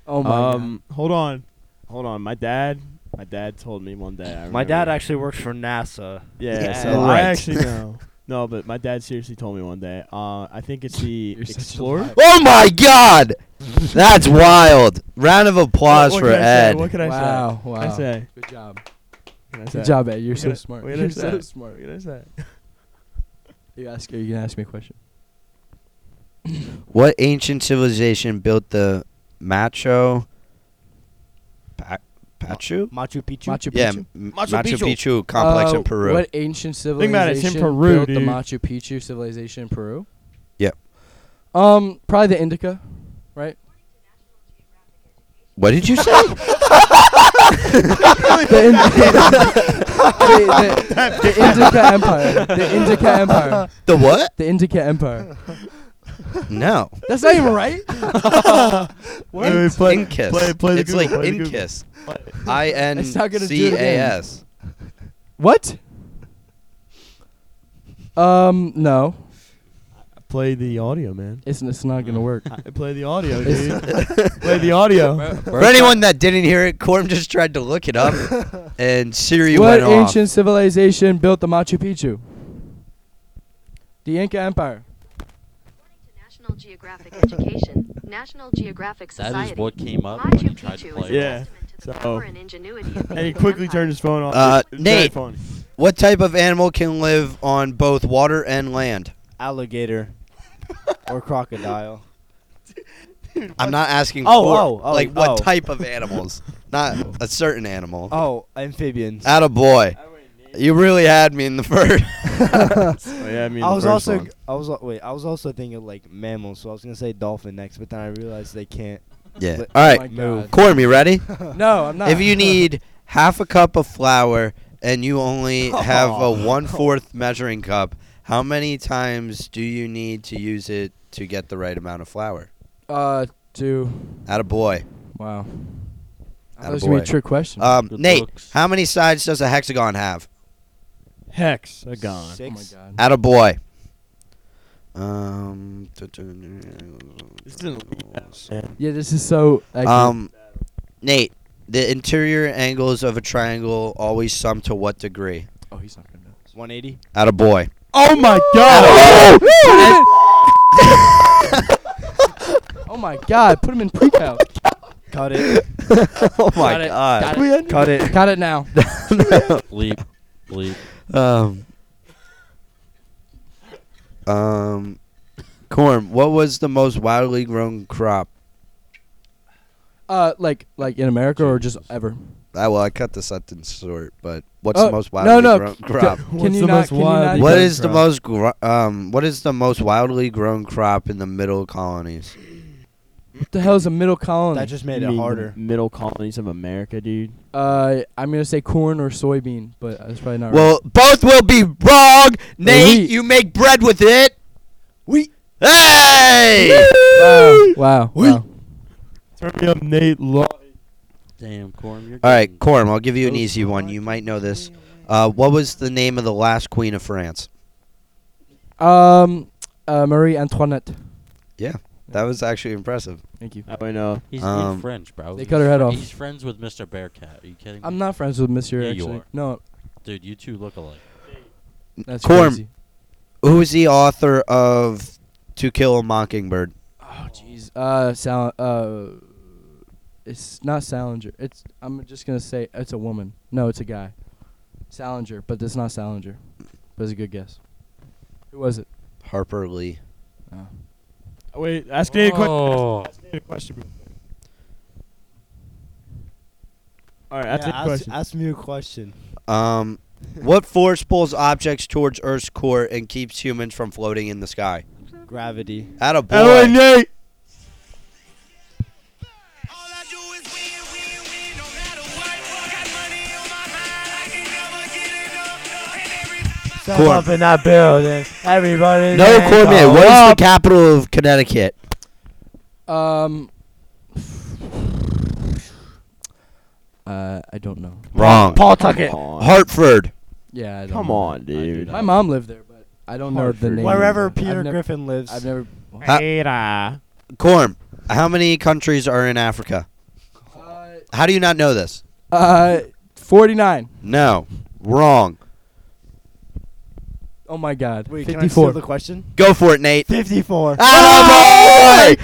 Speaker 8: Oh my
Speaker 2: um, hold on, hold on. My dad, my dad told me one day. I
Speaker 6: My dad
Speaker 2: remember-
Speaker 6: actually works for NASA.
Speaker 2: yeah.
Speaker 6: Yeah.
Speaker 2: so
Speaker 3: Right.
Speaker 2: I actually know. No, but my dad seriously told me one day. Uh, I think it's the
Speaker 8: You're such a
Speaker 2: Explorer.
Speaker 8: liar.
Speaker 3: Oh my God, that's wild! Round of applause
Speaker 2: What
Speaker 3: for
Speaker 2: can I say?
Speaker 3: Ed.
Speaker 2: What can I
Speaker 8: god!
Speaker 2: say?
Speaker 8: Wow!
Speaker 2: What can I
Speaker 8: Wow!
Speaker 2: say?
Speaker 8: Good job.
Speaker 2: What can I
Speaker 8: Good
Speaker 2: say?
Speaker 8: job, Ed. You're
Speaker 2: What
Speaker 8: so
Speaker 2: can I-
Speaker 8: smart.
Speaker 2: what can I
Speaker 8: You're
Speaker 2: say?
Speaker 8: so
Speaker 2: What
Speaker 8: smart.
Speaker 2: can I say?
Speaker 8: You ask. You can ask me a question.
Speaker 3: What ancient civilization built the Macho pa- Pachu?
Speaker 6: Machu Picchu.
Speaker 8: Machu Picchu.
Speaker 3: Yeah, m- Machu,
Speaker 2: Picchu.
Speaker 3: Picchu complex
Speaker 8: Uh,
Speaker 3: in Peru.
Speaker 8: What ancient civilization
Speaker 2: about it, it's in Peru,
Speaker 8: built the
Speaker 2: dude.
Speaker 8: Machu Picchu civilization in Peru?
Speaker 3: Yep.
Speaker 8: Um, probably the Indica, right?
Speaker 3: What did you say?
Speaker 8: the, in- the, the, the Indica Empire. The Indica Empire.
Speaker 3: the what?
Speaker 8: The Indica Empire.
Speaker 3: No.
Speaker 8: That's not even right.
Speaker 2: Wait, wait, play-
Speaker 3: Incas.
Speaker 2: play- play the
Speaker 3: it's
Speaker 2: Google,
Speaker 3: like
Speaker 2: play the Google.
Speaker 3: Incas. I N
Speaker 8: It's not gonna do
Speaker 3: C
Speaker 8: it
Speaker 3: A
Speaker 8: again.
Speaker 3: S.
Speaker 8: What? Um, no,
Speaker 2: Play the audio, man.
Speaker 8: it's it's not gonna work.
Speaker 2: I play the audio, dude. play the audio.
Speaker 3: For anyone that didn't hear it, Corm just tried to look it up, and Siri
Speaker 8: what
Speaker 3: went off.
Speaker 8: ancient civilization built the Machu Picchu? The Inca Empire.
Speaker 9: According to National Geographic Education, National Geographic Society.
Speaker 4: That is what came up when he
Speaker 9: Machu
Speaker 4: tried to
Speaker 9: Picchu is
Speaker 4: play.
Speaker 9: a
Speaker 2: Yeah.
Speaker 9: testament to the
Speaker 2: so-
Speaker 9: power and ingenuity of the
Speaker 2: And he
Speaker 9: Incan
Speaker 2: quickly
Speaker 9: Empire.
Speaker 2: turned his phone off.
Speaker 3: Uh,
Speaker 2: It's very
Speaker 3: Nate.
Speaker 2: funny.
Speaker 3: What type of animal can live on both water and land?
Speaker 6: Alligator or crocodile.
Speaker 3: I'm not asking
Speaker 6: Oh,
Speaker 3: for
Speaker 6: oh, oh,
Speaker 3: like what
Speaker 6: oh.
Speaker 3: type of animals, not a certain animal.
Speaker 6: Oh, amphibians.
Speaker 3: Atta boy, you really had me in the first.
Speaker 2: Oh, yeah, I mean,
Speaker 6: I
Speaker 2: the
Speaker 6: was
Speaker 2: first
Speaker 6: also
Speaker 2: one.
Speaker 6: I was al- wait I was also thinking like mammals, so I was gonna say dolphin next, but then I realized they can't.
Speaker 3: yeah.
Speaker 6: But-
Speaker 3: All
Speaker 8: Oh my
Speaker 3: right,
Speaker 8: God.
Speaker 3: Corm, you ready?
Speaker 8: No, I'm not.
Speaker 3: If you need half a cup of flour and you only have a one fourth measuring cup, how many times do you need to use it to get the right amount of flour?
Speaker 8: uh, two.
Speaker 3: Atta boy.
Speaker 8: Wow. I thought
Speaker 3: Atta
Speaker 8: it was gonna be
Speaker 3: boy.
Speaker 8: a trick question. Oh
Speaker 3: Um,
Speaker 4: Good
Speaker 3: Nate,
Speaker 4: looks.
Speaker 3: how many sides does a hexagon have?
Speaker 2: Hex, a gone.
Speaker 8: oh my
Speaker 6: Six.
Speaker 8: god.
Speaker 3: Atta boy. Um, tu- tu-
Speaker 8: Yeah, this is so. accurate.
Speaker 3: um, Nate, the interior angles of a triangle always sum to what degree?
Speaker 8: oh, he's not gonna know.
Speaker 6: 180.
Speaker 3: Atta boy.
Speaker 2: Oh my god!
Speaker 8: Oh my god, put him in pre-cal.
Speaker 6: Cut it.
Speaker 3: oh my
Speaker 8: Got it,
Speaker 3: god.
Speaker 8: got it.
Speaker 6: Cut it.
Speaker 8: Got it now.
Speaker 4: Bleep, bleep.
Speaker 3: Um, um, Corm, what was the most widely grown crop?
Speaker 8: Uh, like like in America or just ever?
Speaker 3: Ah, well, I cut the sentence short, but what's
Speaker 8: Oh,
Speaker 3: the most
Speaker 8: no,
Speaker 3: widely
Speaker 8: no.
Speaker 3: grown
Speaker 8: c-
Speaker 3: crop?
Speaker 8: Can
Speaker 2: What's
Speaker 8: you
Speaker 2: the
Speaker 8: not?
Speaker 2: most
Speaker 8: can you
Speaker 2: wild
Speaker 8: not-
Speaker 2: you
Speaker 3: What
Speaker 2: cut
Speaker 3: is the
Speaker 2: crop.
Speaker 3: most gro- um? What is the most wildly grown crop in the middle colonies?
Speaker 8: what the hell is a middle colony?
Speaker 6: That just made
Speaker 2: You
Speaker 6: it
Speaker 2: mean the
Speaker 6: harder.
Speaker 2: Middle colonies of America, dude.
Speaker 8: Uh, I'm gonna say corn or soybean, but that's probably not right.
Speaker 3: Well, both will be wrong. Nate,
Speaker 8: Wheat.
Speaker 3: you make bread with it.
Speaker 8: Wheat.
Speaker 3: Hey!
Speaker 8: Wow, wow, wow.
Speaker 2: Turn me up, Nate. Law.
Speaker 4: Damn, Corm, you're.
Speaker 3: All right,
Speaker 4: getting-
Speaker 3: Corm, I'll give you an easy one. You might know this. Uh, what was the name of the last queen of France?
Speaker 8: Um, uh, Marie Antoinette.
Speaker 3: That was actually impressive.
Speaker 8: Thank you.
Speaker 2: I know.
Speaker 4: He's,
Speaker 3: Um,
Speaker 4: he's French, bro.
Speaker 8: They
Speaker 4: He's
Speaker 8: cut her head
Speaker 4: fr-
Speaker 8: off.
Speaker 4: He's friends with Mr. Bearcat. Are you kidding?
Speaker 8: I'm
Speaker 4: me?
Speaker 8: not friends with Monsieur.
Speaker 4: Yeah, you
Speaker 8: actually,
Speaker 4: are.
Speaker 8: no,
Speaker 4: Dude, you two look alike.
Speaker 8: that's
Speaker 3: Corn.
Speaker 8: crazy.
Speaker 3: Who is the author of To Kill a Mockingbird?
Speaker 8: Oh jeez. Uh, Sal. Uh, it's not Salinger. It's. I'm just gonna say it's a woman. No, it's a guy. Salinger, but it's not Salinger. But it's a good guess. Who was it? Oh.
Speaker 3: Harper Lee.
Speaker 2: Wait, ask Nate a question.
Speaker 4: Oh.
Speaker 2: Ask Nate a question. All right, ask Nate a
Speaker 6: ask,
Speaker 2: question.
Speaker 6: ask me a question.
Speaker 3: Um, what force pulls objects towards Earth's core and keeps humans from floating in the sky?
Speaker 6: Gravity.
Speaker 3: At a boy.
Speaker 2: All right, Nate.
Speaker 5: Step up in that building. Everybody.
Speaker 3: No,
Speaker 5: dance
Speaker 3: Cormier.
Speaker 5: all
Speaker 3: What is the
Speaker 5: up.
Speaker 3: capital of Connecticut?
Speaker 8: Um. Uh, I don't know.
Speaker 3: Wrong.
Speaker 2: Come on.
Speaker 3: Hartford.
Speaker 8: Yeah, I don't
Speaker 2: Come
Speaker 8: know.
Speaker 2: on, dude.
Speaker 8: My mom lived there, but I don't know the
Speaker 2: Hartford.
Speaker 8: name. of it.
Speaker 6: Wherever
Speaker 8: I've
Speaker 6: Peter
Speaker 8: nev-
Speaker 6: Griffin lives.
Speaker 8: I've never.
Speaker 3: Corm. How many countries are in Africa?
Speaker 8: Uh,
Speaker 3: How do you not know this?
Speaker 8: uh, 49.
Speaker 3: No. Wrong.
Speaker 8: Oh my God.
Speaker 6: Wait, can I steal
Speaker 8: 54.
Speaker 6: the question?
Speaker 3: Go for it, Nate.
Speaker 6: 54.
Speaker 8: Ah!
Speaker 3: Atta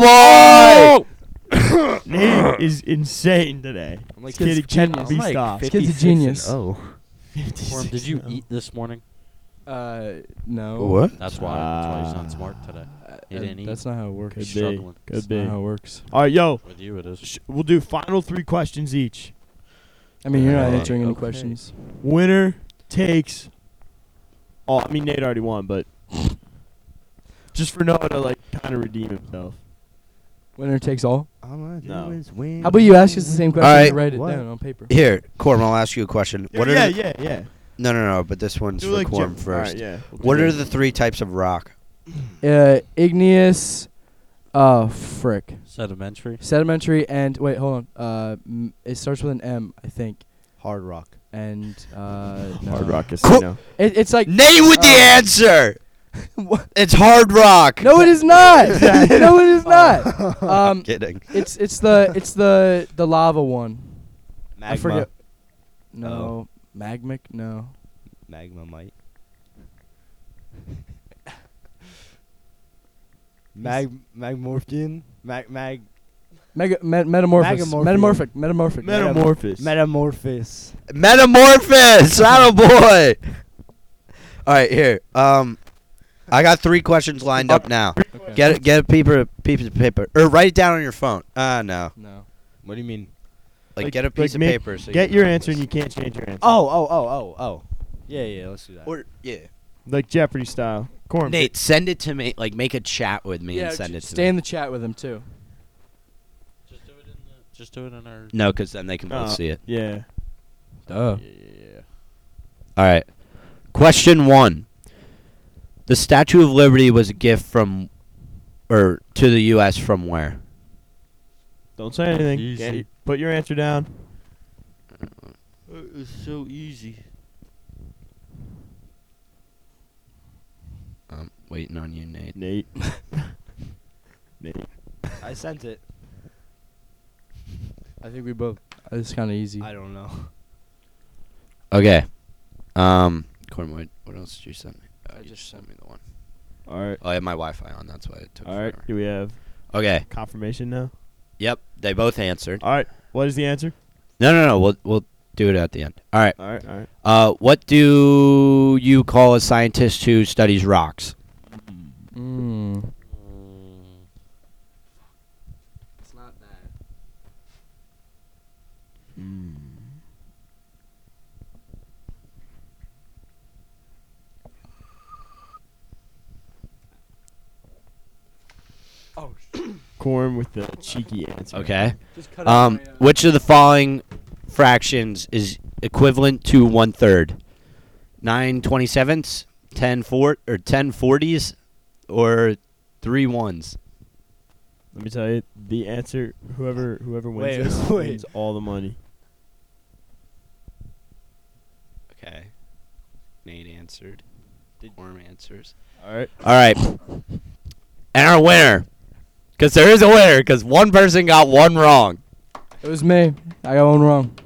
Speaker 3: boy! Atta boy!
Speaker 2: Nate is insane today.
Speaker 8: I'm like,
Speaker 2: Kid, he
Speaker 8: kid's
Speaker 2: cannot
Speaker 8: genius.
Speaker 2: be
Speaker 4: I'm like
Speaker 2: stopped.
Speaker 8: This kid's a genius.
Speaker 3: Oh.
Speaker 4: Corm, did you eat this morning?
Speaker 8: Uh, no.
Speaker 3: What?
Speaker 4: That's why. That's why he's not smart today.
Speaker 8: Uh,
Speaker 4: He didn't eat.
Speaker 8: That's not how it works.
Speaker 2: Could
Speaker 4: He's
Speaker 2: be.
Speaker 4: struggling.
Speaker 2: Could
Speaker 8: That's not
Speaker 2: be.
Speaker 8: how it works.
Speaker 2: All right, yo.
Speaker 4: With you, it is.
Speaker 2: Sh- we'll do final three questions each.
Speaker 8: I mean, you're not
Speaker 3: Uh,
Speaker 8: answering any
Speaker 4: okay.
Speaker 8: questions.
Speaker 2: Winner takes. Oh, I mean Nate already won, but just for Noah to like kind of redeem himself.
Speaker 8: Winner takes all.
Speaker 2: No.
Speaker 8: How about you ask us the same question
Speaker 3: All right.
Speaker 8: and write it
Speaker 6: What?
Speaker 8: down on paper?
Speaker 3: Here, Corm, I'll ask you a question. What are
Speaker 2: yeah,
Speaker 3: the-
Speaker 2: yeah, yeah.
Speaker 3: No, no, no, but this one's for Corm first.
Speaker 2: yeah.
Speaker 3: What are the three types of rock?
Speaker 8: uh, igneous, uh, frick,
Speaker 4: Sedimentary.
Speaker 8: sedimentary, and wait, hold on. Uh, m- it starts with an M, I think,
Speaker 6: Hard rock.
Speaker 8: and uh, no.
Speaker 2: Hard Rock Casino.
Speaker 8: It, it's like
Speaker 3: Name with the
Speaker 8: Uh,
Speaker 2: Oh.
Speaker 3: answer.
Speaker 8: what?
Speaker 3: It's hard rock.
Speaker 8: No, it is not. no, it is not.
Speaker 3: Oh, I'm
Speaker 8: Um,
Speaker 3: kidding.
Speaker 8: it's it's the it's the the lava one.
Speaker 6: Magma.
Speaker 8: I forget.
Speaker 3: Oh.
Speaker 8: No, magmic. No.
Speaker 6: Magma might. Mag magmorphian. Mag mag
Speaker 8: Mega met, metamorphosis.
Speaker 6: Megamorphic.
Speaker 8: Metamorphic. Metamorphic.
Speaker 2: Metamorphosis.
Speaker 6: metamorphosis.
Speaker 3: Metamorphosis. Out boy. All right, here. Um, I got three questions lined up now.
Speaker 8: Okay.
Speaker 3: Get it. Get a paper, piece of paper, or write it down on your phone. Ah, no.
Speaker 8: No.
Speaker 6: What do you mean?
Speaker 3: Like,
Speaker 2: Like-
Speaker 3: get a
Speaker 2: like
Speaker 3: piece of
Speaker 2: make-
Speaker 3: paper. So
Speaker 2: Get
Speaker 3: you
Speaker 2: your
Speaker 3: know.
Speaker 2: answer and you can't change your answer.
Speaker 6: Oh oh oh oh oh. Yeah yeah. Let's do that.
Speaker 3: Or yeah.
Speaker 2: Like Jeopardy style. Corn.
Speaker 3: Nate, send it to me. Like, make a chat with me and send it to
Speaker 8: stay in
Speaker 3: me.
Speaker 8: the chat with him too.
Speaker 4: Just do it in the. Just do it in our.
Speaker 3: No, because then they can both
Speaker 2: Oh,
Speaker 3: see it.
Speaker 2: Yeah.
Speaker 8: Duh.
Speaker 4: Yeah, yeah, yeah.
Speaker 3: All right. Question one. The Statue of Liberty was a gift from, or to the U.S. from where?
Speaker 2: Don't say anything.
Speaker 4: Easy.
Speaker 2: Get- Put your answer down.
Speaker 4: Oh, It was so easy.
Speaker 3: I'm waiting on you, Nate.
Speaker 2: Nate. Nate.
Speaker 6: I sent it.
Speaker 8: I think we both. It's kind of easy.
Speaker 6: I don't know.
Speaker 3: Okay. Um, Cornwood, what else did you send me? Oh,
Speaker 8: I
Speaker 3: you
Speaker 8: just
Speaker 3: just sent
Speaker 8: sent-
Speaker 3: me the one.
Speaker 2: All right.
Speaker 3: Oh, I had my Wi-Fi on. That's why it took
Speaker 2: All right.
Speaker 3: forever.
Speaker 2: Do we have
Speaker 3: Okay.
Speaker 2: confirmation now?
Speaker 3: Yep. They both answered.
Speaker 2: All right. What is the answer?
Speaker 3: No, no, no. We'll we'll do it at the end. All right.
Speaker 2: All right. All right.
Speaker 3: Uh, what do you call a scientist who studies rocks?
Speaker 8: Mm.
Speaker 4: Mm,
Speaker 8: It's not that. Hmm. Oh,
Speaker 2: Corn with the cheeky answer.
Speaker 3: Okay.
Speaker 8: Just cut uh,
Speaker 3: Um, which of the following fractions is equivalent to one third? Nine twenty sevenths, ten four or ten forties, or three ones.
Speaker 2: Let me tell you the answer. Whoever whoever wins
Speaker 6: Wait,
Speaker 2: this
Speaker 6: wait.
Speaker 2: wins all the money.
Speaker 3: Okay. Nate answered. Orm answers.
Speaker 2: All right.
Speaker 3: All right. And our winner, because there is a winner, because one person got one wrong.
Speaker 8: It was me. I got one wrong.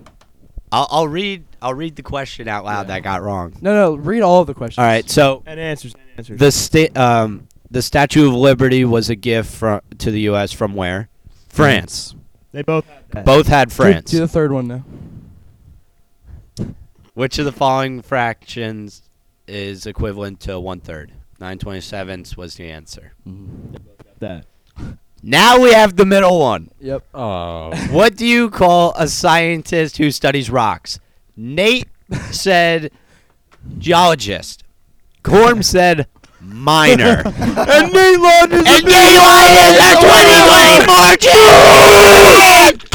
Speaker 3: I'll, I'll read. I'll read the question out loud that got wrong.
Speaker 8: No, no. Read all of the questions.
Speaker 3: All right. So
Speaker 2: And answers. And answers.
Speaker 3: the sta- um the Statue of Liberty was a gift from to the U.S. from where? France.
Speaker 2: they both. had that.
Speaker 3: Both had
Speaker 8: Do-
Speaker 3: France.
Speaker 8: Do, the third one now.
Speaker 3: Which of the following fractions is equivalent to one third? Nine twenty sevenths was the answer.
Speaker 8: Mm-hmm.
Speaker 2: That.
Speaker 3: Now we have the middle one.
Speaker 8: Yep.
Speaker 4: Oh.
Speaker 3: What do you call a scientist who studies rocks? Nate said geologist. Corm said miner. and Nate Lund is and Nate Lund is our 2020 marching!